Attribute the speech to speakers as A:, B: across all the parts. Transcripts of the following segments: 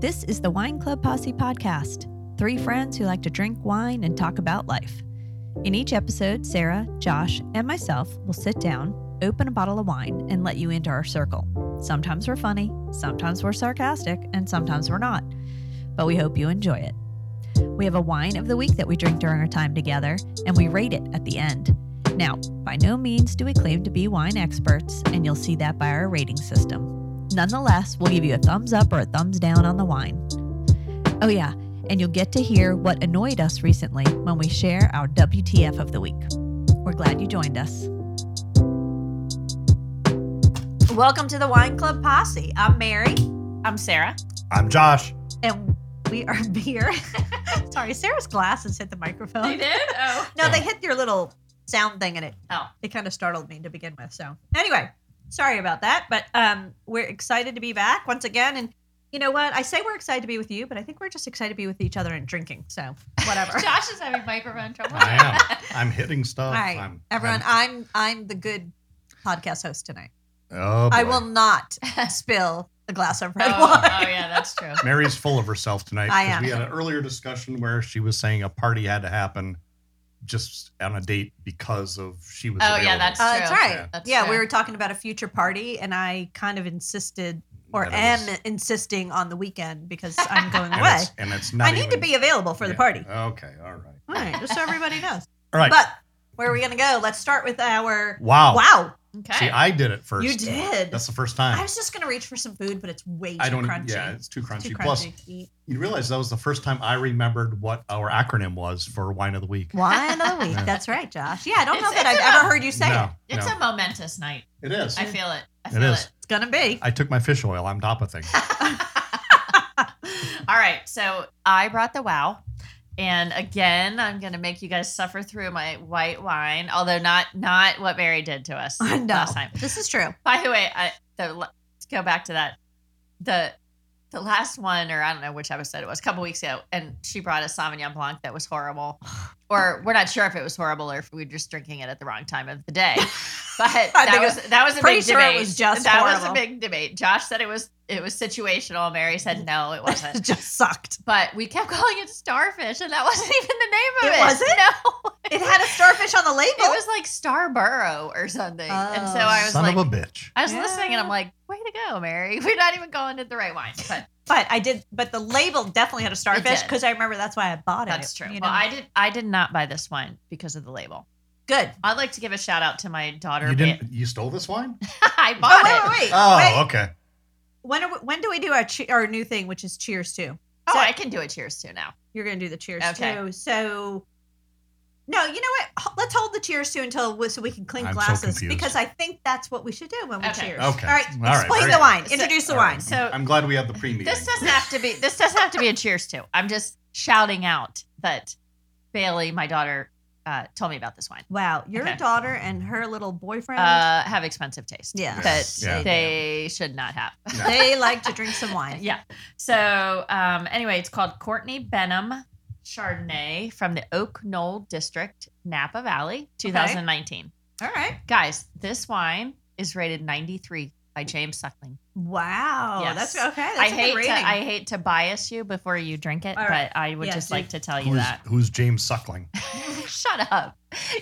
A: This is the Wine Club Posse podcast, three friends who like to drink wine and talk about life. In each episode, Sarah, Josh, and myself will sit down, open a bottle of wine, and let you into our circle. Sometimes we're funny, sometimes we're sarcastic, and sometimes we're not. But we hope you enjoy it. We have a wine of the week that we drink during our time together, and we rate it at the end. Now, by no means do we claim to be wine experts, and you'll see that by our rating system. Nonetheless, we'll give you a thumbs up or a thumbs down on the wine. Oh, yeah, and you'll get to hear what annoyed us recently when we share our WTF of the week. We're glad you joined us. Welcome to the Wine Club Posse. I'm Mary. I'm Sarah.
B: I'm Josh.
A: And we are beer. Sorry, Sarah's glasses hit the microphone.
C: They did? Oh.
A: No, they hit your little sound thing and it
C: Oh.
A: it kind of startled me to begin with. So anyway, sorry about that, but um, we're excited to be back once again. And you know what? I say we're excited to be with you, but I think we're just excited to be with each other and drinking. So whatever.
C: Josh is having microphone trouble. Oh,
B: I am. I'm hitting stuff.
A: All right,
B: I'm,
A: everyone. I'm I'm the good podcast host tonight.
B: I'm- oh,
A: I
B: boy.
A: will not spill a glass of red
C: oh,
A: wine.
C: oh, yeah, that's true.
B: Mary's full of herself tonight.
A: I
B: 'cause
A: am.
B: We had an earlier discussion where she was saying a party had to happen just on a date because of she was.
C: Oh,
B: available.
C: yeah, that's-
A: Uh, that's
C: true.
A: right.
B: Yeah.
A: Yeah,
C: That's
A: we
C: fair.
A: were talking about a future party, and I kind of insisted, or
B: That it
A: am
B: was-
A: insisting on the weekend because I'm going
B: and
A: away.
B: It's, and it's not.
A: I need to
B: even-
A: be available for the
B: yeah.
A: party.
B: Okay, all right,
A: All right, just so everybody knows.
B: all right.
A: But where are we going to go? Let's start with our
B: wow.
A: wow.
C: Okay.
B: See, I did it first.
A: You did.
B: That's the first time.
A: I was just going to reach for some food, but it's way too
B: I don't. e-,
A: crunchy.
B: Yeah, it's too
A: It's
B: crunchy.
A: too
B: Plus,
A: crunchy.
B: you realize that was the first time I remembered what our acronym was for wine of the week.
A: Wine of the week.
B: Yeah.
A: That's right, Josh. Yeah, I don't
C: It's-
A: know that
C: it's
A: I've
C: a-
A: ever heard you say
B: no,
A: it.
C: it's
B: no.
C: a momentous night.
B: it is.
C: I feel it. I
B: It
C: feel
B: is.
C: it.
A: It's going to be.
B: I took my fish oil. I'm top of things.
C: All right. So I brought the wow. And again, I'm gonna make you guys suffer through my white wine, although not not what Mary did to us
A: I know.
C: last time.
A: This is true.
C: By the way, I the, let's go back to that. The the last one, or I don't know which episode it was, a couple weeks ago, and she brought us Sauvignon Blanc that was horrible, or we're not sure if it was horrible or if we were just drinking it at the wrong time of the day. But that
A: think
C: was that was a
A: pretty
C: big
A: sure it
C: debate.
A: was just
C: that was a
A: horrible.
C: big debate. Josh said it was it was situational. Mary said no, it
A: it
C: wasn't.
A: just sucked.
C: But we kept calling it starfish, and that wasn't even the name of
A: It
C: it.
A: wasn't?
C: No,
A: It had a starfish on the label.
C: it was like Starborough or something. And
A: Oh.
C: so I was
B: Son
C: like,
B: of a bitch.
C: I was
A: Yeah.
C: listening and I'm like, way to go, Mary. We're not even calling it the right wine. But
A: but I did. But the label definitely had a starfish
C: did.
A: because I remember that's why I bought it.
C: that's true.
A: You know?
C: Well, I did I did not buy this wine because of the label.
A: Good.
C: I'd like to give a shout out to my daughter.
B: You
C: Ma-
B: didn't. You stole this wine?
C: I
A: Oh,
C: bought
A: wait,
C: it.
A: wait, wait.
B: Oh,
A: wait.
B: okay.
A: When are we, when do we do our che- our new thing, which is cheers too?
C: Oh,
A: So-
C: I can do a cheers too now.
A: You're gonna do the cheers
C: Okay.
A: too. So, no, you know what? H- Let's hold the cheers too until we, so we can clean
B: I'm so
A: glasses
B: confused.
A: because I think that's what we should do when we
C: Okay.
A: cheers.
B: Okay.
A: All right.
B: All right,
A: Explain
B: very
A: the
B: good.
A: wine.
C: So-
A: Introduce the
B: All right.
A: wine.
C: So-
B: I'm glad we had the pre-meeting.
C: This doesn't have to be this doesn't have to be a cheers too. I'm just shouting out that Bailey, my daughter, uh, told me about this wine.
A: Wow, your
C: Okay.
A: daughter and her little boyfriend.
C: Uh, have expensive taste.
A: Yeah.
C: That
B: Yeah.
C: they should not have.
B: No.
A: they like to drink some wine.
C: Yeah. So um, anyway, it's called Courtney Benham Chardonnay from the Oak Knoll District, Napa Valley, 2019.
A: All right.
C: Guys, this wine is rated 93 by James Suckling.
A: Wow.
C: Yes.
A: That's okay. That's
C: I
A: a good
C: hate to,
A: rating.
C: I hate to bias you before you drink it,
A: All right.
C: but I would
A: Yeah,
C: just
A: do-
C: like to tell you
B: Who's,
C: that.
B: who's James Suckling?
C: Shut up.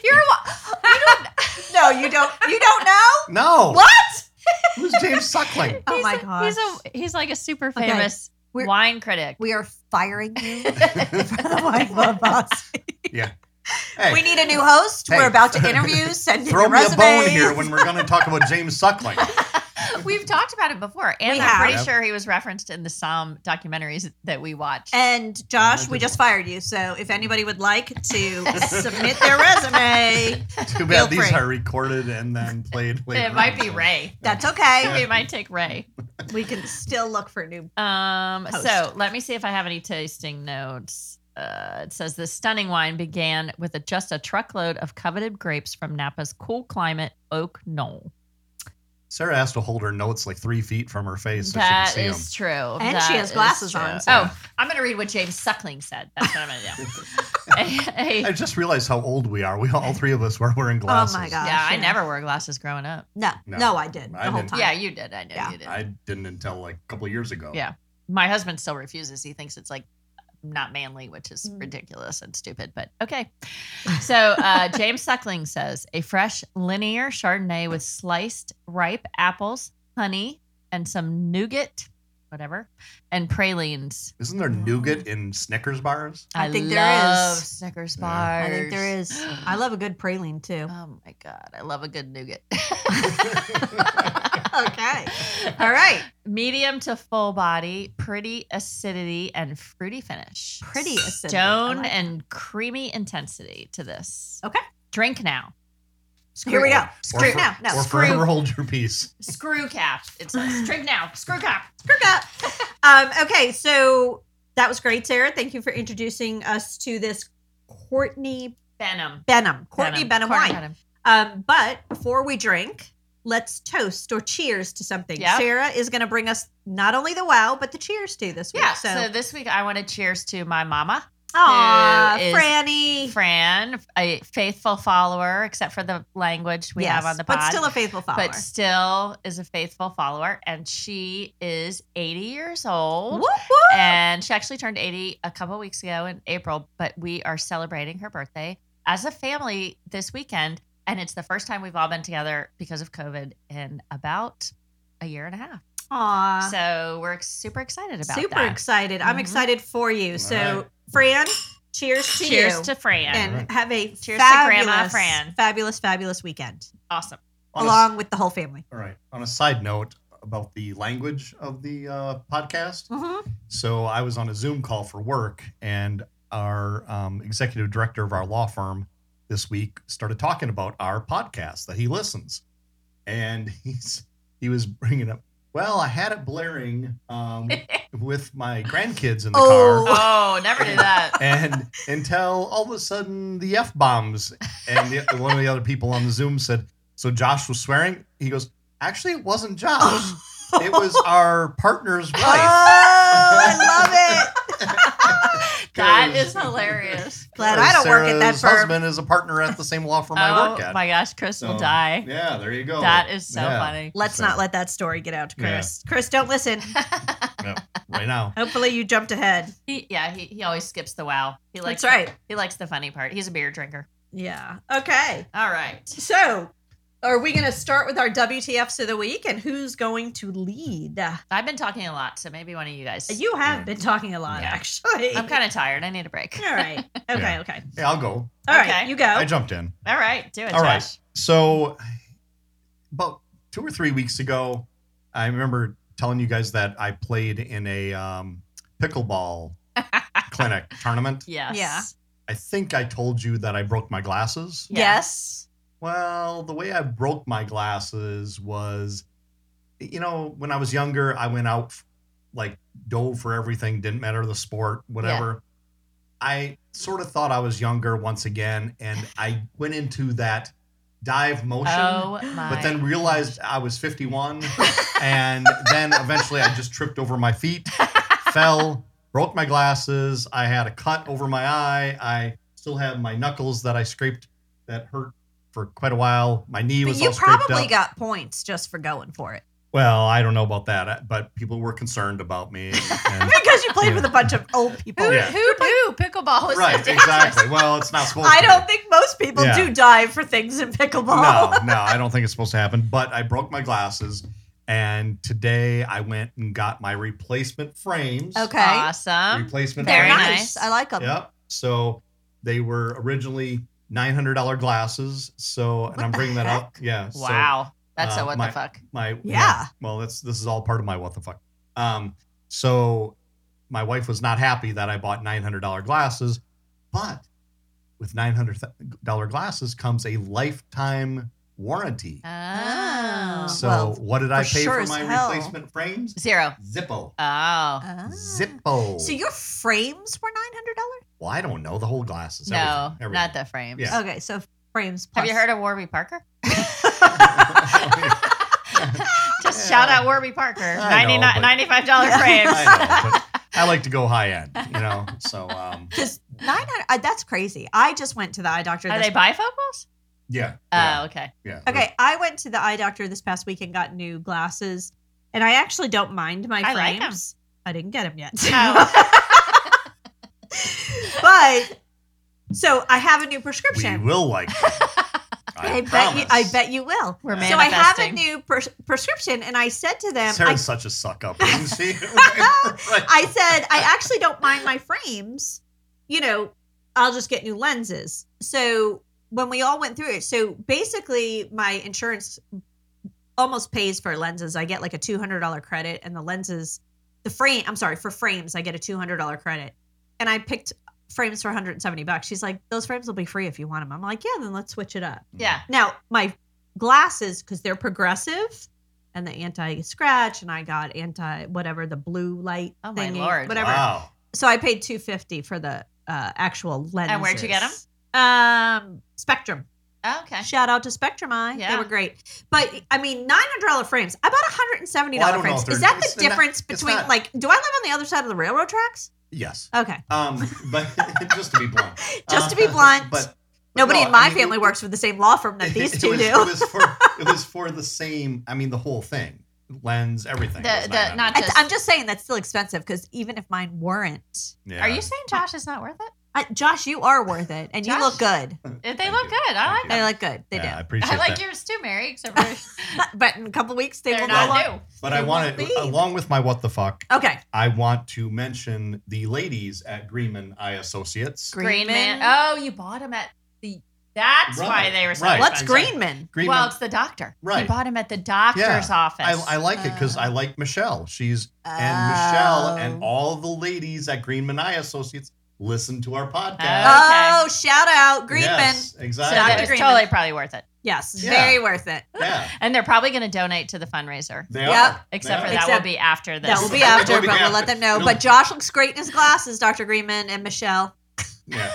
C: You're wa- you don't
A: no, you don't. You don't know.
B: No.
C: What?
B: Who's James Suckling?
A: Oh
C: he's
A: my
C: a- He's
A: gosh.
C: a he's like a super
A: Okay.
C: famous
A: We're-
C: wine critic.
A: We are firing you.
B: hey,
A: Wine Club Posse. We need a new host.
B: Hey.
A: We're about to interview. Send in
B: throw
A: your
B: me
A: resume.
B: a bone here when we're going to talk about James Suckling.
C: We've talked about it before, and
A: We
C: I'm
A: have.
C: pretty
B: Yep.
C: sure he was referenced in the Psalm documentaries that we watched.
A: And Josh, we just fired you. So if anybody would like to submit their resume,
B: Too bad
A: Feel
B: these
A: free.
B: are recorded and then played later.
C: it might
B: on,
C: be
B: so-
C: Ray.
A: that's okay.
C: We might take Ray.
A: We can still look for a new.
C: Um,
A: Host.
C: so let me see if I have any tasting notes. Uh, it says this stunning wine began with a, just a truckload of coveted grapes from Napa's cool climate Oak Knoll.
B: Sarah has to hold her notes like three feet from her face so
C: That
B: she can
C: is
B: see
C: true.
A: And
C: That
A: she has
C: is
A: glasses
C: true.
A: on,
B: so-
C: Oh, I'm going to read what James Suckling said. That's what I'm going to do. Hey,
B: them. I just realized how old we are. We all three of us were wearing
C: Oh,
B: glasses.
A: God.
C: yeah, I
A: yeah.
C: never wore glasses growing up.
A: No, no,
B: No.
A: I did the
B: I
A: whole
B: didn't.
A: time.
C: Yeah, you did. I know
A: Yeah.
C: you did.
B: I didn't until like a couple years ago.
C: Yeah. my husband still refuses. He thinks it's like not manly, which is
A: Mm.
C: ridiculous and stupid, but okay. So uh, James Suckling says a fresh linear Chardonnay with sliced ripe apples, honey, and some nougat, whatever, and pralines.
B: Isn't there nougat in Snickers bars?
A: I think there
C: love
A: is.
C: Snickers
B: Yeah.
C: bars.
A: I think there is. I love a good praline too.
C: Oh my god, I love a good nougat.
A: Okay. All right.
C: Medium to full body, pretty acidity and fruity finish.
A: Pretty acidity. I
C: Stone
A: like
C: and creamy intensity to this.
A: Okay.
C: Drink now.
A: Here we go.
B: Or,
A: Screw now. No.
B: or
A: Screw.
B: forever hold your peace.
C: Screw cap. It's drink now. Screw cap.
A: Screw up. Um, okay. So that was great, Sarah. Thank you for introducing us to this Courtney
C: Venom.
A: Benham. Courtney Benham, wine.
C: Benham.
A: Um, but before we drink, let's toast or cheers to something.
C: Yep.
A: Sarah is going to bring us not only the wow, but the cheers to this week.
C: Yeah.
A: So,
C: So. this week I want to cheers to my mama,
A: aw,
C: is
A: Franny.
C: Fran, a faithful follower, except for the language we have
A: Yes,
C: on the pod.
A: But still a faithful follower.
C: But still is a faithful follower. And she is 80 years old.
A: Woo, woo.
C: and she actually turned 80 a couple weeks ago in April, but we are celebrating her birthday as a family this weekend. And it's the first time we've all been together because of COVID in about a year and a half.
A: Aw.
C: So we're ex- super excited about
A: Uh, super
C: that.
A: excited. I'm
C: Mhm.
A: excited for you.
B: All
A: so,
B: right.
A: Fran, cheers to
C: Cheers
A: you.
C: to Fran.
A: and
B: All right.
A: have a
C: Cheers to
A: fabulous,
C: Grandma Fran.
A: fabulous, fabulous weekend
C: awesome.
B: On a-
A: along with the whole family.
B: all right. On a side note about the language of the uh, podcast,
A: Mm-hmm.
B: So I was on a Zoom call for work, and our um, executive director of our law firm this week started talking about our podcast that he listens, and he's he was bringing up. Well, I had it blaring um, with my grandkids in the
A: Oh.
B: car,
C: Oh, never do that.
B: and until all of a sudden the f bombs, and the, one of the other people on the Zoom said, "So Josh was swearing." He goes, "Actually, it wasn't Josh. It was our partner's
A: Oh,
B: wife."
A: I love it.
C: That
B: Because-
C: is hilarious.
A: Glad I don't work at that
B: Sarah's
A: firm.
B: husband is a partner at the same law firm I
C: oh
B: work at.
C: my gosh, Chris will
A: Oh.
B: So,
C: die.
B: Yeah, there you go.
C: that is so
B: Yeah.
C: funny.
A: Let's
B: So-
A: not let that story get out to
B: Yeah.
A: Chris. Chris, don't listen.
B: Right now.
A: Hopefully, you jumped ahead.
C: he, yeah, he, he always skips the wow. He likes
A: That's right.
C: he likes the funny part. He's a beer drinker.
A: Yeah. Okay.
C: All right.
A: So, are we going to start with our WTFs of the week and who's going to lead?
C: I've been talking a lot, so maybe one of you guys.
A: You have been talking a lot,
C: Yeah.
A: actually.
C: I'm kind of tired. I need a break.
A: All right. Okay.
B: Yeah.
A: Okay.
B: Yeah, I'll go.
A: All right.
C: Okay.
A: You go.
B: I jumped in.
C: All right, do it,
B: All right.
C: Josh.
B: So, about two or three weeks ago, I remember telling you guys that I played in a um, pickleball clinic tournament.
C: Yes.
A: Yeah.
B: I think I told you that I broke my glasses.
C: Yeah.
A: Yes.
B: Well, the way I broke my glasses was, you know, when I was younger, I went out, like, dove for everything, didn't matter the sport, whatever. I sort of thought I was younger once again, and I went into that dive motion,
C: Oh my.
B: but then realized I was 51. and then eventually I just tripped over my feet, fell, broke my glasses. I had a cut over my eye. I still have my knuckles that I scraped that hurt for quite a while. My knee
A: But
B: was
A: you
B: all scraped
A: probably
B: up.
A: got points just for going for it
B: well, I don't know about that, but people were concerned about me. and-
A: because you played
B: Yeah.
A: with a bunch of old people.
C: who
B: Yeah.
C: who knew pickleball was
B: right,
C: so dangerous?
B: exactly. Well, it's not supposed
A: I
B: to.
A: don't think most people
B: Yeah.
A: do dive for things in pickleball.
B: No, no, I don't think it's supposed to happen. But I broke my glasses, and today I went and got my replacement frames.
A: Okay.
C: Awesome.
B: Replacement
C: Very
B: frames.
C: nice.
A: I like them.
B: Yep. So they were originally nine hundred dollar glasses. So and
A: What
B: I'm
A: the
B: bringing that up.
A: heck?
B: Yeah. so
C: wow. That's
B: uh,
C: a what
B: my-
C: the fuck.
B: my yeah.
A: Yeah.
B: Well, that's this is all part of my what the fuck. Um. So my wife was not happy that I bought nine hundred dollar glasses, but with nine hundred dollar glasses comes a lifetime warranty.
C: Oh.
A: Oh.
B: so
A: Uh, well,
B: what did I
A: for
B: pay
A: sure
B: for
A: as
B: my
A: hell.
B: replacement frames?
C: Zero.
B: Zippo.
C: Oh.
A: Ah.
B: Zippo.
A: So your frames were nine hundred dollars.
B: well, I don't know the whole glasses.
C: no,
B: everything, everything.
C: not the frames.
B: Yeah.
A: Okay, so frames.
C: Have
A: plus-
C: you heard of Warby Parker?
B: I
C: Just
B: Yeah.
C: shout out Warby Parker.
B: I know,
C: 99
B: but-
C: $95
A: Yeah.
C: frames.
B: know, but I like to go high end, you know. So um,
A: Because nine hundred. Uh, that's crazy. I just went to the eye doctor.
C: Are
A: this
C: they bifocals?
B: yeah,
C: Oh, okay.
B: yeah.
A: Okay, I went to the eye doctor this past week and got new glasses, and I actually don't mind my
C: I like 'em.
A: frames. I didn't get him yet.
C: Oh.
A: but so I have a new
B: We
A: prescription.
B: will like. it. I,
A: I, bet you. I
B: promise.
A: bet you will.
C: We're
A: So I have a
C: manifesting.
A: new pres- prescription, and I said to them,
B: Sarah's
A: I,
B: such a suck up. You see? Right.
A: I said I actually don't mind my frames. You know, I'll just get new lenses. So when we all went through it, so basically my insurance almost pays for lenses. I get like a two hundred dollar credit, and the lenses, the frame. I'm sorry for frames, I get a two hundred dollar credit, and I picked frames for 170 bucks. She's like, those frames will be free if you want them. I'm like, yeah, then let's switch it up.
C: yeah.
A: Now, my glasses, because they're progressive and the anti scratch, and I got anti whatever the blue light
C: Oh, my
A: thingy,
C: Lord.
A: whatever.
B: Wow.
A: So I paid two fifty for the uh, actual lenses.
C: And where'd you get 'em?
A: Um, Spectrum.
C: Oh, okay.
A: Shout out to Spectrum Eye. They
C: Yeah.
A: were great. But I mean, nine hundred dollar frames. I bought one hundred and seventy
B: Well, I
A: dollar
B: don't know
A: frames.
B: if they're-
A: Is that
B: it's
A: the
B: not-
A: difference
B: it's
A: between
B: not-
A: like? Do I live on the other side of the railroad tracks?
B: Yes.
A: Okay,
B: Um, but just to be blunt.
A: just to be
B: Uh,
A: blunt.
B: but
A: Nobody
B: no,
A: in my
B: I mean,
A: family
B: it-
A: works for the same law firm that these
B: it
A: two
B: was,
A: do.
B: It was, for, it was for the same. I mean, the whole thing, lens, everything.
C: The-
B: was
C: the-
B: 900.
C: not
A: I th-
C: just-
A: I'm just saying that's still expensive because even if mine weren't,
B: Yeah.
C: Are you saying Josh is not worth it?
A: I, Josh, you are worth it, and you
C: Josh?
A: look good.
C: They
B: Thank
C: look
B: you.
C: good. I
B: Thank
C: like
B: you.
A: They look good. They
B: yeah, I
A: do.
B: appreciate
C: I like
B: that.
C: yours too, Mary. Except for
A: But in a couple weeks, they
C: they're
A: will
B: not
A: no longer.
C: not new.
B: but
A: they
B: I want
A: won't be.
B: to, along with my what the fuck,
A: Okay,
B: I want to mention the ladies at Greenman Eye Associates.
A: Green-
C: Green
A: Greenman.
C: Man. Oh, you bought him at the. That's why
B: Right,
C: they were so
B: right.
A: what's
C: expensive.
A: Greenman?
B: Greenman.
C: Well, it's the doctor. You
B: Right.
C: bought him at the doctor's
B: Yeah.
C: office.
B: I, I like it because
A: Uh,
B: I like Michelle. She's and
A: Oh.
B: Michelle and all the ladies at Greenman Eye Associates listen to our podcast.
A: Oh, shout out Greenman.
B: Yes,
A: Yes,
C: so
B: exactly.
C: that
A: Dr.
C: was
A: Greenman.
C: totally probably worth it.
B: Yeah.
A: very worth it.
B: Yeah,
C: And they're probably going to donate to the fundraiser.
B: they
A: Yep.
B: are.
C: Except
B: They are.
C: for that
A: Except-
C: will be after this.
A: That will be
B: That
A: after,
B: will be
A: but we'll
B: after.
A: let them know.
B: It'll-
A: But Josh looks great in his glasses, Dr. Greenman and Michelle
B: Yeah,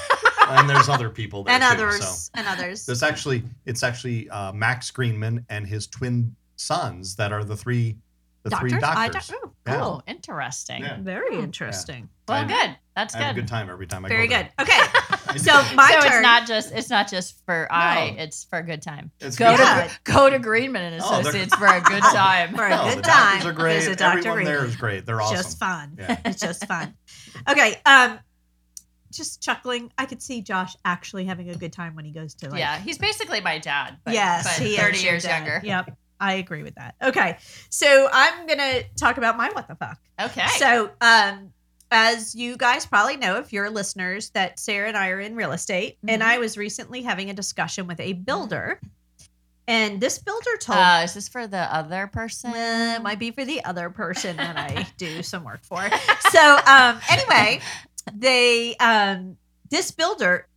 B: and there's other people there
A: and
B: too,
A: others
B: so.
A: and others.
B: There's actually it's actually uh, Max Greenman and his twin sons that are the three the three
A: I
B: doctors.
A: don't- oh,
B: Yeah.
A: cool.
C: Oh, interesting.
B: Yeah.
A: Very
C: Hmm.
A: interesting.
B: I-
C: Well, good. That's
B: I have a
C: good.
B: good time every time I
A: Very
B: go. there.
A: good. Okay,
B: I
A: so
B: do.
A: my
C: so
A: turn.
C: it's not just it's not just for eye.
B: No.
C: It's for a good time.
B: It's
C: Go
B: good.
C: to
A: Yeah.
C: go to Greenman and
B: Oh, they're-
C: Associates for a good time.
A: For a
B: No,
A: good
B: Oh, the doctors
A: time.
B: are great.
A: There's a Dr.
B: Everyone there
A: Greenman.
B: is great. They're
A: It's
B: awesome.
A: just fun.
B: Yeah.
A: It's just fun. Okay. Um, just chuckling. I could see Josh actually having a good time when he goes to like.
C: yeah, he's basically my dad. But,
A: yes,
C: but
A: he is
C: thirty
A: your
C: years
A: dad.
C: younger.
A: Yep. I agree with that. Okay. So I'm gonna talk about my what the fuck.
C: Okay.
A: So um. As you guys probably know, if you're listeners, that Sarah and I are in real estate, and
C: Mhm.
A: I was recently having a discussion with a builder, and this builder told
C: uh, is this for the other person?
A: Uh, it might be for the other person that I do some work for. So um, anyway, they um, this builder.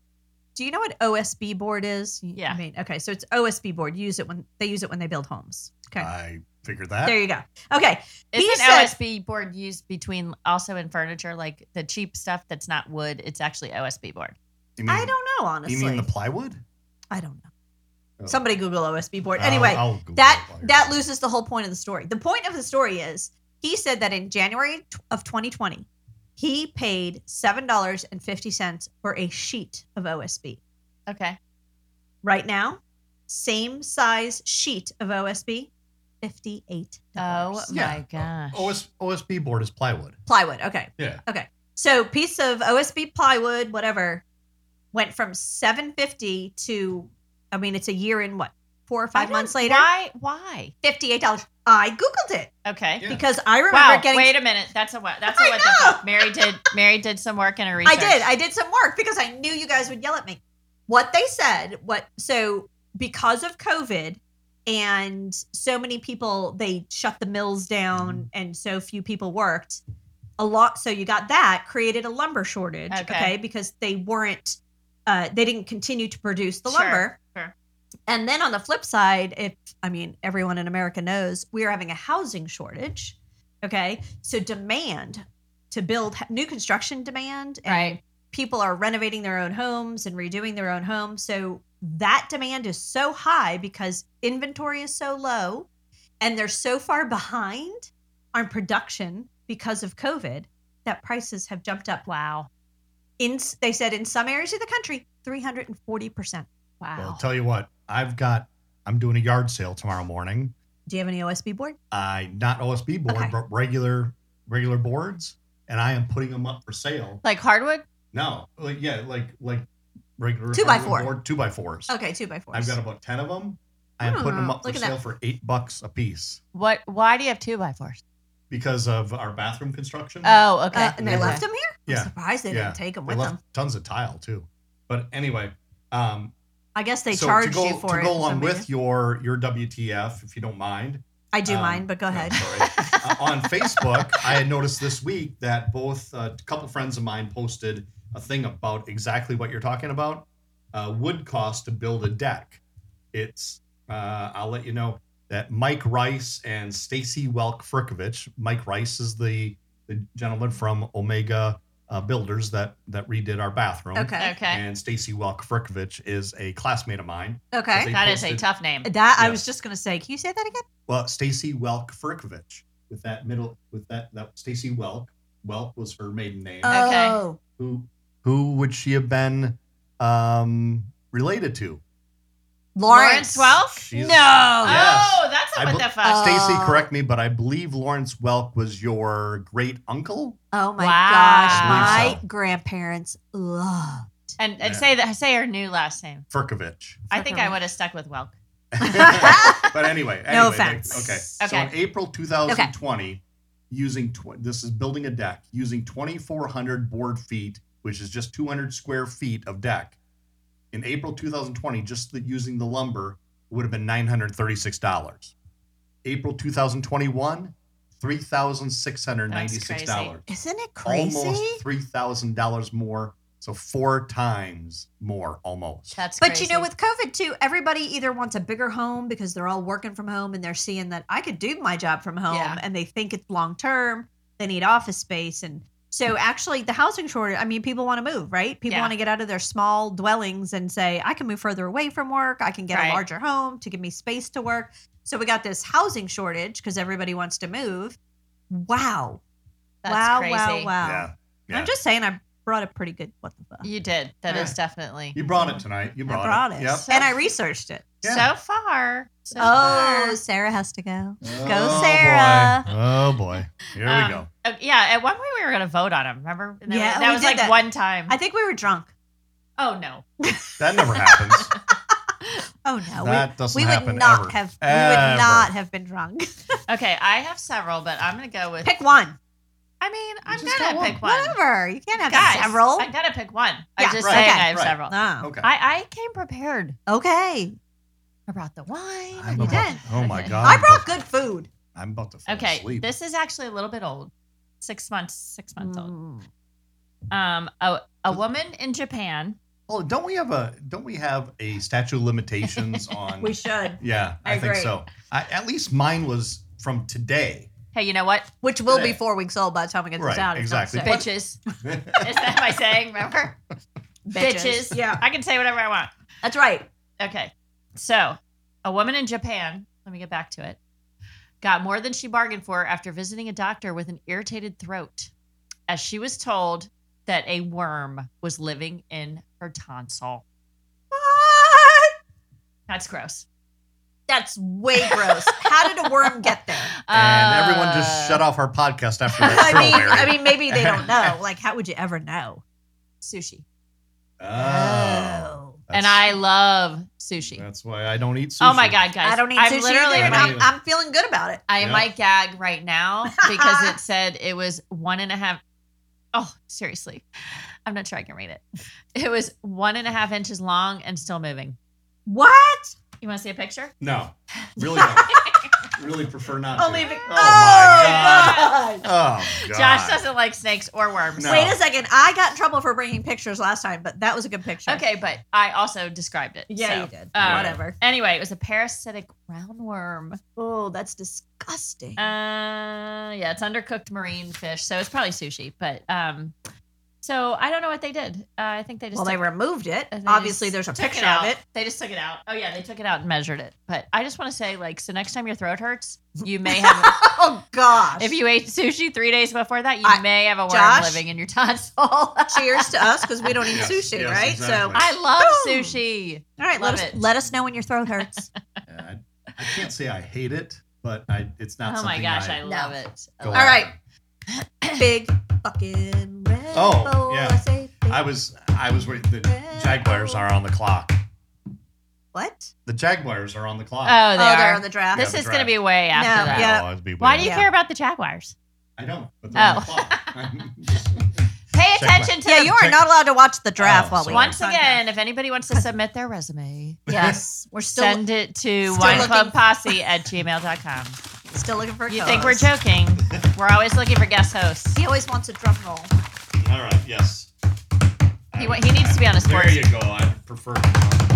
A: Do you know what OSB board is? You-
C: Yeah.
A: I mean, okay, so it's OSB board. You use it when they use it when they build homes. Okay.
B: I figured Uh, that.
A: there you go. Okay. He
C: Isn't
A: said-
C: OSB board used between also in furniture, like the cheap stuff that's not wood? It's actually OSB board.
B: You mean-
A: I don't know, honestly.
B: You mean the plywood?
A: I don't know.
B: Oh.
A: Somebody Google OSB board.
B: I'll-
A: Anyway,
B: I'll Google
A: that
B: it while you're
A: that
B: talking.
A: loses the whole point of the story. The point of the story is he said that in January tw- of 2020, he paid seven dollars and fifty cents for a sheet of OSB.
C: Okay.
A: Right now, same size sheet of OSB, fifty-eight
C: Oh
A: dollars.
C: my gosh.
B: OS, OSB board is plywood.
A: Plywood. Okay.
B: Yeah.
A: Okay. So piece of OSB plywood, whatever, went from seven fifty to, I mean, it's a year in what four or
C: I
A: five
C: don't-
A: months later,
C: Why? Why?
A: fifty-eight dollars. I googled it.
C: Okay.
B: Yeah.
A: Because I remember
C: Wow.
A: getting
C: Wait a minute. That's a what? That's a
A: I
C: what
A: know.
C: the fuck? Mary did. Mary did some work in her research.
A: I did. I did some work because I knew you guys would yell at me. What they said, what so because of COVID and so many people they shut the mills down
C: Mm.
A: and so few people worked, a lot so you got that created a lumber shortage, okay,
C: Okay.
A: because they weren't uh they didn't continue to produce the
C: Sure,
A: lumber.
C: sure.
A: And then on the flip side, if I mean everyone in America knows, we are having a housing shortage, okay? So demand to build new construction demand and
C: Right.
A: people are renovating their own homes and redoing their own homes. So that demand is so high because inventory is so low and they're so far behind on production because of COVID that prices have jumped up.
C: Wow.
A: In they said in some areas of the country, 340%.
C: Wow.
B: Well, tell you what, I've got. I'm doing a yard sale tomorrow morning.
A: Do you have any OSB board?
B: I not OSB board,
A: Okay.
B: but regular regular boards, and I am putting them up for sale.
C: Like hardwood?
B: No, like, yeah, like like regular
A: Two by
B: hardwood
A: four.
B: board, two by fours.
A: Okay, two by 4s
B: I've got about ten of them. I am
A: Oh,
B: putting them up
A: look
B: for
A: at that.
B: sale for eight bucks a piece
C: What why do you have two by fours?
B: because of our bathroom construction.
C: Oh, okay.
A: Uh, and they
B: Yeah.
A: left them here.
B: Yeah.
A: I'm surprised they
B: Yeah.
A: didn't take them
B: They
A: with
B: left
A: them.
B: tons of tile too. But anyway, um,
A: I guess they
B: so
A: charged
B: to go,
A: you for
B: to
A: it.
B: go
A: in
B: along
A: some
B: with
A: reason.
B: your your WTF, if you don't mind.
A: I do
B: um,
A: mine, but go
B: no,
A: ahead.
B: sorry. Uh, on Facebook, I had noticed this week that both uh, a couple friends of mine posted a thing about exactly what you're talking about. Uh, wood cost to build a deck. It's uh, I'll let you know that Mike Rice and Stacy Welk Frickovich. Mike Rice is the the gentleman from Omega uh, Builders that that redid our bathroom.
A: Okay.
C: okay.
B: And Stacy Welk Frickovich is a classmate of mine.
A: Okay.
B: they
C: That is a
B: posted-
C: tough name.
A: That I
B: Yeah.
A: was just gonna say. Can you say that again?
B: Well, Stacy Welk Frickovich with that middle with that that Stacy Welk. Welk was her maiden name.
C: Okay.
A: Oh,
B: who who would she have been um related to?
A: Lawrence.
C: Lawrence Welk?
B: She's-
A: No.
B: Yes.
C: Oh, that's
B: I
C: a what
B: bel-
C: the fuck.
B: Stacy,
A: Oh.
B: correct me, but I believe Lawrence Welk was your great uncle.
A: Oh my
C: Wow.
B: I
A: gosh,
B: believe
A: my grandparents loved.
C: and and
B: Yeah.
C: say that say her new last name.
B: Firkovich.
C: I think I
A: Fucking-
C: would have stuck with Welk.
B: but anyway, anyway,
A: No
B: like,
A: offense.
B: okay. So
C: Okay.
B: in April 2020, using tw- this is building a deck using 2,400 board feet, which is just 200 square feet of deck. In April 2020, just the, using the lumber would have been $936. April 2021, $3,696.
A: Isn't it crazy?
B: Almost $3,000 more. So four times more almost.
C: That's
A: But
C: crazy.
A: you know, with COVID too, everybody either wants a bigger home because they're all working from home and they're seeing that I could do my job from home
C: Yeah.
A: and they think it's long term. They need office space. And so, actually, the housing shortage I mean, people want to move, right? People
C: Yeah.
A: want to get out of their small dwellings and say, I can move further away from work. I can get
C: Right.
A: a larger home to give me space to work. So, we got this housing shortage because everybody wants to move. Wow.
C: that's
A: wow,
C: crazy.
A: wow, wow.
B: Yeah. yeah.
A: I'm just saying, I brought a pretty good what the fuck.
C: You did. That is
B: Yeah.
C: definitely
B: You brought it tonight. You brought,
A: I brought it.
B: Yep.
A: And I researched it.
B: Yeah.
C: so far. So
A: Oh,
C: far.
A: Sarah has to go.
B: Oh, boy.
A: Sarah.
B: Oh boy. Here we
C: Um,
B: go.
C: Uh, yeah, at one point we were gonna vote on him. Remember? And then
A: Yeah,
C: that
A: we
C: was
A: did
C: like
A: that.
C: one time.
A: I think we were drunk.
C: oh no,
B: That never happens.
A: Oh no,
B: that doesn't
A: we, we
B: happen
A: would not
B: ever.
A: have. We
B: Ever.
A: would not have been drunk.
C: Okay, I have several, but I'm gonna go with.
A: Pick one.
C: I mean, I'm
B: just
C: gonna
B: got
C: pick one.
A: Whatever. You can't have
C: Guys,
A: several.
C: I gotta pick one.
A: Yeah,
C: I'm just
B: right,
C: saying
A: okay.
C: I have
B: right.
C: several.
A: No.
B: Okay.
C: I I came prepared.
A: Oh. Okay.
C: I brought the wine.
B: I'm
A: You
B: about-
A: did.
B: Oh my
C: Okay.
B: god.
A: I brought good food.
B: I'm about to fall
C: Okay,
B: asleep.
C: this is actually a little bit old. Six months. Six months old.
A: Mm.
C: Um, a, a woman in Japan.
B: oh, don't we have a don't we have a statute of limitations on
A: We should,
B: Yeah, I,
A: I
B: think
A: agree.
B: so. I, at least mine was from today.
C: Hey, you know what,
A: which will be
B: Today.
A: four weeks old by the time we get
B: Right,
A: this out. It's not
B: exactly.
A: safe.
B: What-
C: bitches? Is that my saying? Remember, bitches.
A: Yeah,
C: I can say whatever I want.
A: that's right.
C: Okay. So, a woman in Japan, let me get back to it, got more than she bargained for after visiting a doctor with an irritated throat, as she was told that a worm was living in her tonsil.
A: What?
C: That's gross.
A: That's way gross. How did a worm get there?
B: and everyone
C: Uh,
B: just shut off our podcast after that.
A: uh, I
B: show,
A: mean,
B: Mary.
A: I mean, maybe they don't know. Like, how would you ever know?
C: Sushi.
B: oh,
C: and
B: that's-
C: I love sushi.
B: That's why I don't eat sushi.
C: Oh my God, guys.
A: I don't eat
C: I'm
A: sushi
C: literally
A: either, and
B: I
C: might-
B: don't
A: I'm, I'm feeling good about it.
C: I
B: Yeah.
C: might gag right now because it said it was one and a half. Oh, seriously. I'm not sure I can read it. It was one and a half inches long and still moving.
A: What?
C: You want to see a picture?
B: No, really, don't. really prefer not. to.
A: Only if it-
B: Oh, my
A: God.
B: Oh, God.
C: Josh doesn't like snakes or worms.
B: No.
A: Wait a second. I got in trouble for bringing pictures last time, but that was a good picture.
C: Okay, but I also described it.
A: Yeah,
C: so.
A: you did.
C: uh,
A: Whatever.
C: Anyway, it was a parasitic roundworm.
A: Oh, that's disgusting.
C: Um, Uh, yeah, it's undercooked marine fish, so it's probably sushi. But um, so I don't know what they did. Uh, I think they just
A: well,
C: took-
A: they removed it.
C: And they
A: Obviously,
C: just
A: there's a
C: took
A: picture of
C: out.
A: it.
C: They just took it out. Oh yeah, they took it out and measured it. But I just want to say, like, so next time your throat hurts, you may have.
A: oh gosh.
C: if you ate sushi three days before that, you
A: I-
C: may have a worm
A: Josh?
C: living in your tonsil.
A: cheers to us because we don't eat
B: Yes,
A: sushi,
B: yes,
A: right?
B: exactly.
C: I love
A: Boom.
C: sushi.
A: So, all right,
C: Love
A: let us
C: it.
A: let us know when your throat hurts.
B: I, I can't say I hate it, but I, it's not
C: oh my
B: something
C: gosh, I,
A: No.
C: love it. I
B: go
C: love
A: all
C: it.
A: right. big fucking Red
B: Oh,
A: Bull.
B: yeah.
A: I say big-
B: I was I was wait, the Jaguars are on the clock.
A: What?
B: The Jaguars are on the clock.
C: Oh,
A: Oh,
C: they
A: they're
C: are.
A: on the draft.
C: this
B: Yeah,
C: is
B: the
C: going to
B: draft.
C: be way after
A: No,
C: that.
A: yeah.
B: It'd be
C: Why
B: weird.
C: do you
A: Yeah.
C: care about the Jaguars?
B: I don't. But they're on
C: Oh.
B: the clock.
C: Pay
B: Check my-
C: attention to
A: Yeah,
C: the-
A: you are not allowed to watch the draft
B: Oh,
A: while we
B: sorry.
A: watch
C: Once
A: the
C: again, if anybody wants to submit their resume,
A: podcast. Yes, we're still
C: send it to
A: still
C: wineclubposse at gmail.com.
A: still looking for.
C: You
A: co-hosts.
C: think we're joking? We're always looking for guest hosts.
A: He always wants a drum roll.
B: All right. Yes.
C: He wa- he needs to be on a sports-
B: There you go. I prefer.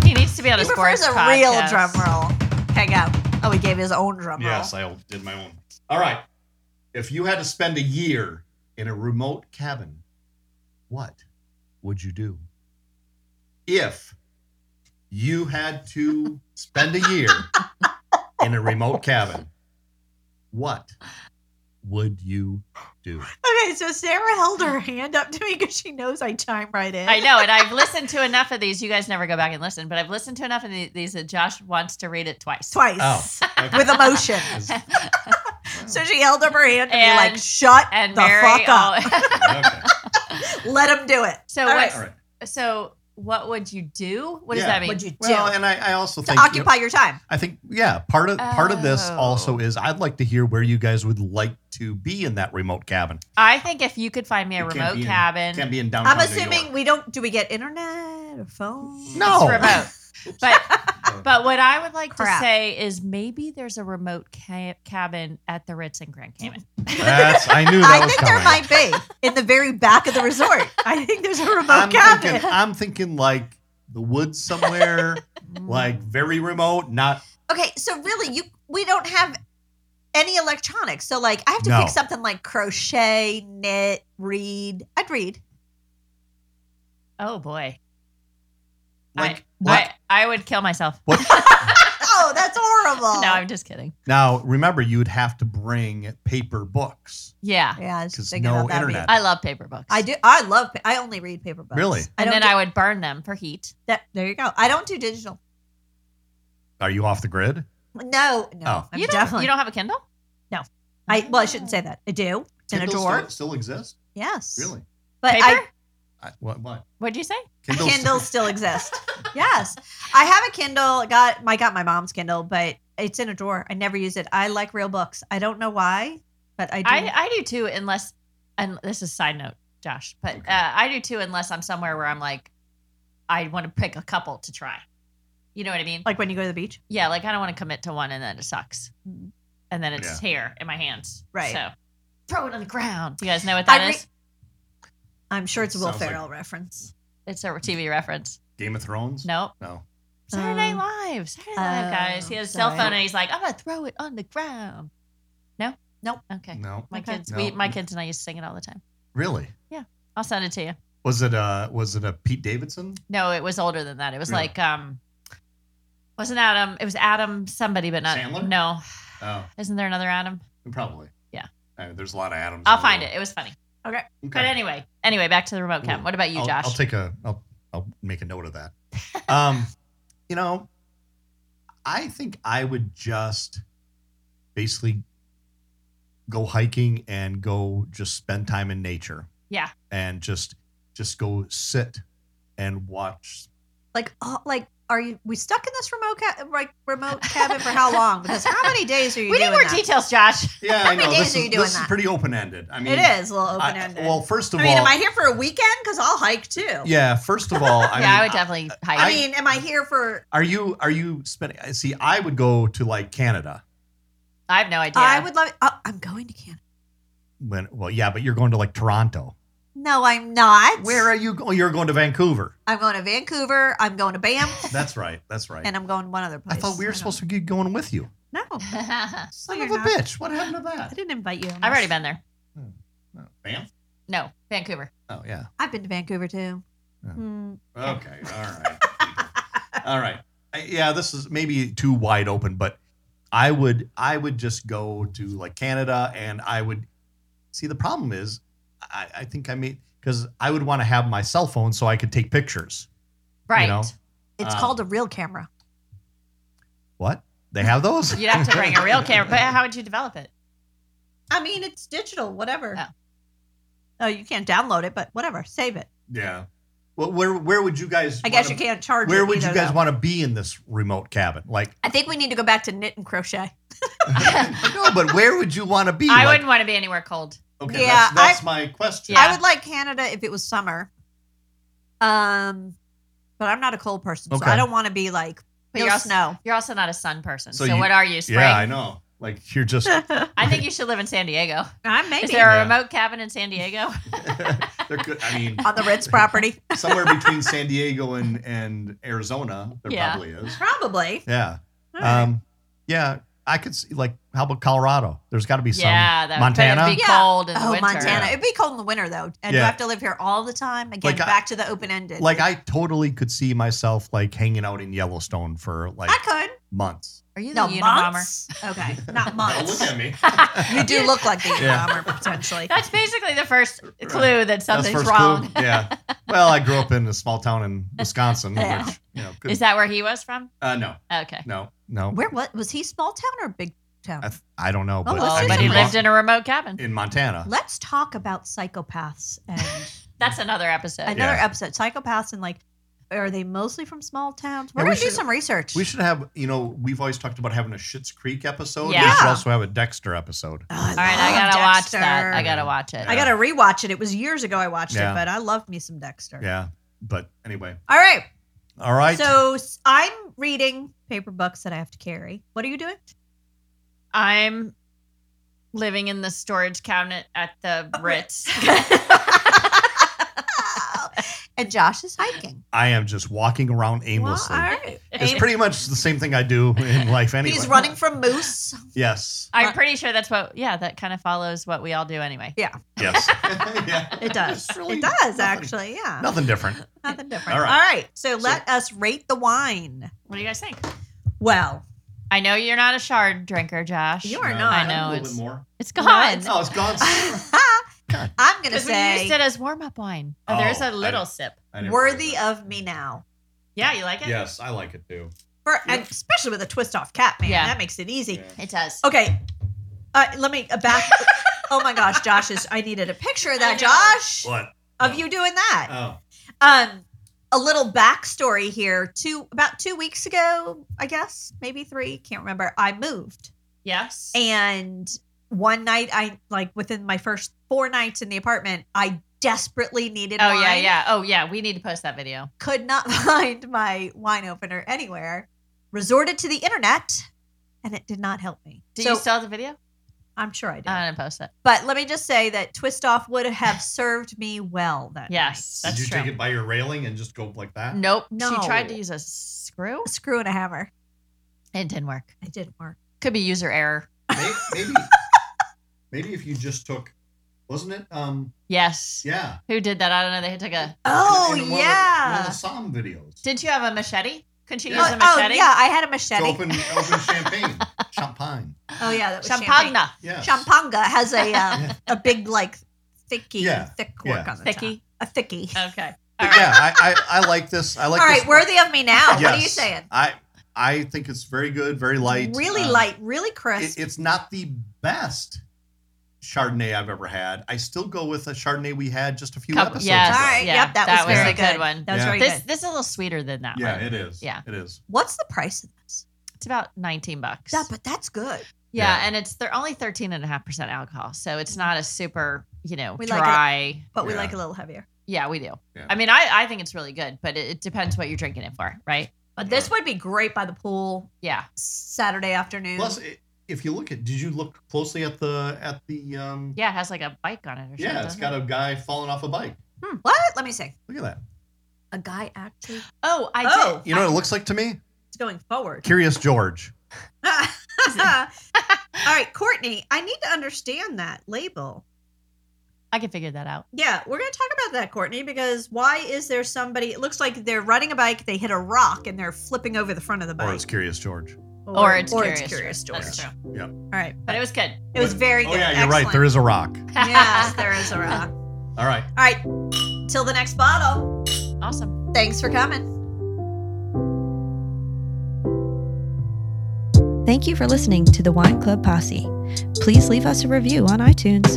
C: He needs to be on
A: He
C: a sports
A: prefers a
C: podcast.
A: real drum roll. Hang out. Oh, he gave his own drum roll.
B: Yes, I did my own. All right. If you had to spend a year in a remote cabin, what would you do? If you had to spend a year in a remote cabin, what would you do?
A: Okay, so Sarah held her hand up to me because she knows I chime right in.
C: I know, and I've listened to enough of these. You guys never go back and listen, but I've listened to enough of the- these that Josh wants to read it twice.
A: Twice
B: okay.
A: with emotion. So she held up her hand to me like,
C: And-
A: "Shut
C: and
A: the
C: Mary.
A: fuck up.
C: oh,
B: okay.
A: Let him do it."
C: so
A: All
C: what's
B: All right.
C: So what would you do? What does
B: Yeah.
C: that mean?
A: What'd you do
B: Well, and I, I also
A: to
B: think you know-
A: occupy your time?
B: I think yeah, part of part of this
C: Oh.
B: also is I'd like to hear where you guys would like to be in that remote cabin.
C: I think if you could find me a
B: It can't
C: remote
B: be in-
C: cabin,
B: Can't be in downtown.
A: I'm assuming we don't. Do we get internet or phone?
B: No.
C: it's remote. but but what I would like
A: Crap.
C: to say is maybe there's a remote ca- cabin at the Ritz in Grand
B: Mm.
C: Cayman.
B: That's, I knew that
A: I
B: was
A: think
B: coming.
A: there might be in the very back of the resort. I think there's a remote
B: I'm
A: cabin.
B: thinking, I'm thinking like the woods somewhere, like very remote, not
A: Okay, so really, you we don't have any electronics. So like, I have to
B: No.
A: pick something like crochet, knit, read. I'd read.
C: Oh boy.
B: like
C: I,
B: what.
C: I, I would kill myself.
A: Oh, that's horrible.
C: No, I'm just kidding.
B: Now remember, you would have to bring paper books.
C: Yeah.
A: yeah, I was just
B: 'Cause
A: thinking
B: no
A: about that.
B: internet.
C: I love paper books.
A: I do. I love. pa- I only read paper books.
B: Really?
A: I
C: and
A: don't
C: then
A: do,
C: I would burn them for heat.
A: that, there you go. I don't do digital.
B: Are you off the grid?
A: No, no.
B: Oh.
A: I'm
C: you don't,
A: definitely.
C: You don't have a Kindle?
A: I well, I shouldn't say that. I do. It's in a
B: Kindles
A: drawer.
B: Still, still exists?
A: yes.
B: Really?
A: But
C: Paper?
A: I,
B: I, what? What?
C: What'd you say?
A: Kindles,
B: Kindles.
A: still exist. yes, I have a Kindle. I Got my got my mom's Kindle, but it's in a drawer. I never use it. I like real books. I don't know why, but I do.
C: I, I do too, unless, and this is side note, Josh, but
B: Okay.
C: uh, I do too, unless I'm somewhere where I'm like, I want to pick a couple to try. You know what I mean?
A: like when you go to the beach.
C: yeah, like I don't want to commit to one and then it sucks.
A: Mhm.
C: And then it's here in my hands.
A: Right.
C: So throw it on the ground. You guys know what
A: I
C: that is?
A: re- I'm sure it's a Will
B: Sounds like-
A: Ferrell reference.
C: It's a TV reference.
B: Game of Thrones?
C: Nope.
B: No.
C: Saturday
A: Um,
C: Night Live. Saturday Night Live, guys. He has his cell
A: Oh, sorry.
C: phone and he's like, I'm gonna throw it on the ground. No? Nope. Okay.
B: No.
C: My
A: Okay.
C: kids we
B: No.
C: my kids and I used to sing it all the time.
B: Really?
C: I'll send it to you.
B: Was it a was it a Pete Davidson?
C: No, it was older than that. It was
B: Really?
C: like um wasn't Adam it was Adam somebody but not
B: Sandler?
C: No.
B: Oh,
C: Isn't there another Adam?
B: probably.
C: Yeah.
B: Uh, there's a lot of Adams.
C: I'll
B: in the
C: find
B: world.
C: it. It was funny.
B: Okay.
C: But anyway, anyway, back to the remote cam.
B: Ooh.
C: What about you,
B: I'll,
C: Josh?
B: I'll take a. I'll I'll make a note of that. Um, you know, I think I would just basically go hiking and go just spend time in nature.
C: Yeah.
B: And just just go sit and watch.
A: Like, oh, like, are you? We stuck in this remote ca- like remote cabin for how long? Because how many days are you?
C: we need
A: doing
C: more
A: that?
C: details, Josh.
B: Yeah,
A: How
B: I
A: many
B: know
A: days
B: this
A: are
B: is
A: you doing
B: this is
A: that?
B: pretty open ended. I mean,
A: it is a little
B: I-
A: open ended.
B: well, first of
A: I mean,
B: all,
A: am I here for a weekend? Because I'll hike too.
B: yeah. First of all, I
C: yeah,
B: mean,
C: I would definitely hide.
A: I mean, am I here for?
B: are you are you spending? See, I would go to like Canada.
C: I have no idea.
A: I would love. Oh, I'm going to Canada.
B: When well, yeah, but you're going to like Toronto.
A: No, I'm not.
B: Where are you? go- Oh, You're going to Vancouver.
A: I'm going to Vancouver. I'm going to Banff,
B: That's right. That's right.
A: and I'm going to one other
B: I
A: place.
B: thought we were
A: don't-
B: supposed to be going with you.
A: No,
C: I've
B: Son
A: you're
B: of a
A: not.
B: bitch. What happened to
A: I
B: that?
A: didn't invite you.
C: already been there.
B: Oh, Banff?
C: No, Vancouver.
B: Oh, yeah.
A: I've been to Vancouver too.
B: Yeah.
A: Hmm.
B: Okay. All right. All right. I- Yeah, this is maybe too wide open, but I would I would just go to like Canada and I would see the problem is I, I think I mean because I would want to have my cell phone so I could take pictures.
C: Right. You
B: know.
A: It's
B: Um,
A: called a real camera.
B: What? They have those?
C: would have to bring a real camera. But how would you develop it?
A: I mean, it's digital, whatever.
C: Oh.
A: Oh, you can't download it, but whatever, save it.
B: Yeah. Well, where where would you guys?
A: I guess
B: wanna-
A: you can't charge
B: Where
A: it
B: would
A: either,
B: you guys
A: though.
B: want to be in this remote cabin? Like,
A: I think we need to go back to knit and crochet.
B: no, but where would you want to be?
C: I
B: Like,
C: wouldn't want to be anywhere cold.
B: Okay,
A: Yeah,
B: that's, that's my question.
C: Yeah.
A: I would like Canada if it was summer. Um, but I'm not a cold person, so I
B: Okay.
A: don't want to be like
C: But
A: no
C: you're also,
A: snow.
C: you're also not a sun person. So,
B: So you-
C: what are you, spring?
B: Yeah, I know. Like, you're just
C: I think you should live in San Diego.
A: I maybe
C: Is there a
B: Yeah.
C: remote cabin in San Diego?
B: they're good. I mean,
A: on the Ritz property,
B: somewhere between San Diego and and Arizona, there
C: Yeah.
B: probably is.
A: probably.
B: Yeah.
A: All right.
B: Um, yeah, I could see. Like, how about Colorado? There's got to be some.
C: yeah, that
B: Montana?
C: Would, it'd be
A: Yeah.
C: cold in the
A: oh,
C: winter.
A: Montana,
B: Yeah.
A: it'd be cold in the winter though, and you
B: Yeah.
A: have to live here all the time. Again,
B: Like, I-
A: back to the open ended.
B: Like, I totally could see myself like hanging out in Yellowstone for like
A: I
B: months.
C: Are you
A: could.
C: the
A: No
C: Unabomber?
A: months. Okay, not
B: Don't
A: months.
B: me.
A: You do look like the
B: Yeah.
A: Unabomber potentially.
C: That's basically the first clue that
B: That's
C: something's
B: first
C: wrong.
B: clue. Yeah. Well, I grew up in a small town in Wisconsin,
A: Yeah.
B: which you know. Could,
C: Is that where he was from?
B: uh, no,
C: Okay.
B: no, no.
A: Where what was he? Small town or big town?
B: I, th- I don't know, but,
A: let's
B: I
A: do
C: Oh, but
A: some
C: he
B: grew
A: research.
C: lived
B: up
C: in a remote cabin.
B: in Montana.
A: Let's talk about psychopaths and
C: That's another episode.
A: another
B: Yeah.
A: episode. Psychopaths and like, are they mostly from small towns? We're
B: Yeah, we
A: gonna do
B: should-
A: some research.
B: We should have, you know, we've always talked about having a Schitt's Creek episode. We
C: Yeah.
B: should also have a Dexter episode.
A: Oh,
C: All right, I
A: love
C: gotta watch
A: Dexter.
C: that. I gotta watch it.
A: I gotta rewatch it. It was years ago I watched
B: Yeah.
A: it, but I loved me some Dexter.
B: Yeah. But anyway,
A: All right.
B: all right.
A: So s- I'm reading paper books that I have to carry. What are you doing?
C: I'm living in the storage cabinet at the Ritz.
A: Oh. and Josh is hiking.
B: I am just walking around aimlessly.
A: Well, all right.
B: it's pretty much the same thing I do in life anyway.
A: He's running from moose.
B: Yes.
C: I'm pretty sure that's what. Yeah, that kind of follows what we all do anyway.
B: Yes. yeah.
A: It does.
B: It's really
A: it does
B: nothing-
A: actually. Yeah.
B: Nothing different.
A: Nothing different.
B: All right.
A: All right. So let us rate the wine.
C: What do you guys think?
A: Well,
C: I know you're not a shard drinker, Josh.
A: You are
B: No,
A: not.
C: I
B: a
C: know,
B: little
C: it's-
B: bit more.
C: It's gone.
A: What?
B: Oh, it's gone.
A: I'm gonna
C: Because we used
A: say
C: it as warm up wine. Oh,
B: Oh,
C: there's
B: I
C: a little sip.
B: I never
A: worthy
B: heard
A: of me now.
C: Yeah, you like
B: that.
C: it?
B: Yes, I like it too.
A: For and especially with a twist off cap, man.
C: Yeah.
A: That makes it easy.
B: Yeah.
C: It does.
A: Okay. Uh, let me uh, back. oh my gosh, Josh is. I needed a picture of that,
C: I know.
A: Josh,
B: What?
A: of you doing that.
B: Oh.
A: Um, a little backstory here. Two about two weeks ago, I guess maybe three. Can't remember. I moved,
C: Yes.
A: and one night I like within my first four nights in the apartment, I desperately needed.
C: oh yeah,
A: wine.
C: yeah. Oh yeah. We need to post that video.
A: could not find my wine opener anywhere, resorted to the internet, and it did not help me.
C: Do
A: so
C: you uh, still have the video?
A: I'm sure I did.
C: I'm gonna post it.
A: but let me just say that Twist Off would have served me well that
C: Yes.
B: Did
C: That's
B: you
C: true.
B: take it by your railing and just go like that?
C: Nope.
A: No.
C: She tried to use a screw.
A: night. Screw and a hammer.
C: It didn't work.
A: It didn't work.
C: Could be user error.
B: May- Maybe, maybe if you just took, wasn't it? Um,
C: Yes.
B: yeah.
C: Who did that? I don't know. They took a.
A: Oh,
B: In- in one of the- One of
A: yeah.
B: the Psalm videos.
C: Did you have a machete? Couldn't you
B: Yeah.
C: use
A: Oh,
C: a
A: oh,
C: machete?
A: yeah, I had a
B: To
A: machete.
B: open, open champagne, champagne.
A: Oh yeah, that was champagne.
C: Champagne.
B: Yeah.
A: Champanga has a uh,
B: Yeah.
A: a big like thicky
B: Yeah,
A: thick cork
B: yeah.
A: on the
C: Thicky.
A: top. A thicky.
C: Okay. All
B: But
C: right.
B: yeah, I, I, I like this. I like.
A: All
B: this
A: right, worthy of me now. What are you
B: Yes.
A: saying?
B: I I think it's very good, very light.
A: Really
B: Um,
A: light, really
B: It,
A: crisp.
B: it's not the best Chardonnay I've ever had. I still go with a Chardonnay we had just a few
C: Couple-
B: episodes
C: yes.
B: ago.
A: All right,
C: Yeah,
A: yep, that,
C: that
A: was,
B: was
A: very
B: a
A: good.
C: good one.
A: That was
B: Yeah.
A: very
C: This
A: good.
C: this is a little sweeter than that
B: Yeah,
C: one.
B: it is.
C: Yeah.
B: it is.
A: What's the price of this?
C: It's about 19 bucks.
A: That, but that's good.
C: yeah,
B: Yeah.
C: and it's they're only 13 and a half percent alcohol, so it's not a super you know
A: We like it.
C: dry.
A: But we
B: Yeah.
A: like a little heavier.
C: Yeah, we do.
B: Yeah.
C: I mean, I, I think it's really good, but it, it depends what you're drinking it for, right?
A: But this would be great by the pool
C: Yeah.
A: Saturday afternoon.
B: Plus, i if you look at, did you look closely at the at the? Um,
C: Yeah, it has like a bike on it or something.
B: yeah, it's
C: doesn't
B: got a
C: it?
B: guy falling off a bike.
A: Hmm, what? Let me see.
B: Look at that.
A: A guy actually
C: Oh, I
A: Oh.
C: did.
B: You know what it looks like to me?
A: is going forward.
B: Curious George.
A: All right, Courtney, I need to understand that label.
C: I can figure that out.
A: Yeah, we're going to talk about that, Courtney, because why is there somebody? It looks like they're riding a bike, they hit a rock, and they're flipping over the front of the
B: Or
A: bike.
B: it's Curious George.
C: Or, it's,
A: or
C: curious
A: it's Curious George.
C: That's true.
A: All right,
C: But it was good.
A: it was very
B: Oh
A: good.
B: yeah, you're right. There is a rock.
A: Excellent. yes, there is a rock.
B: All right.
A: All right, till the next bottle.
C: awesome.
A: Thanks for coming.
D: Thank you for listening to the Wine Club Posse. Please leave us a review on iTunes.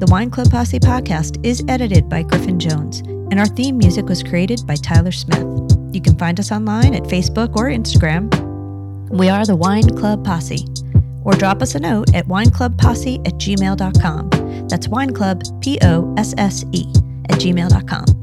A: The Wine Club Posse podcast is edited by Griffin Jones, and our theme music was created by Tyler Smith. You can find us online at Facebook or Instagram. We are the Wine Club Posse. Or drop us a note at wineclubposse at gmail.com. That's wineclub, P O S S E, at gmail.com.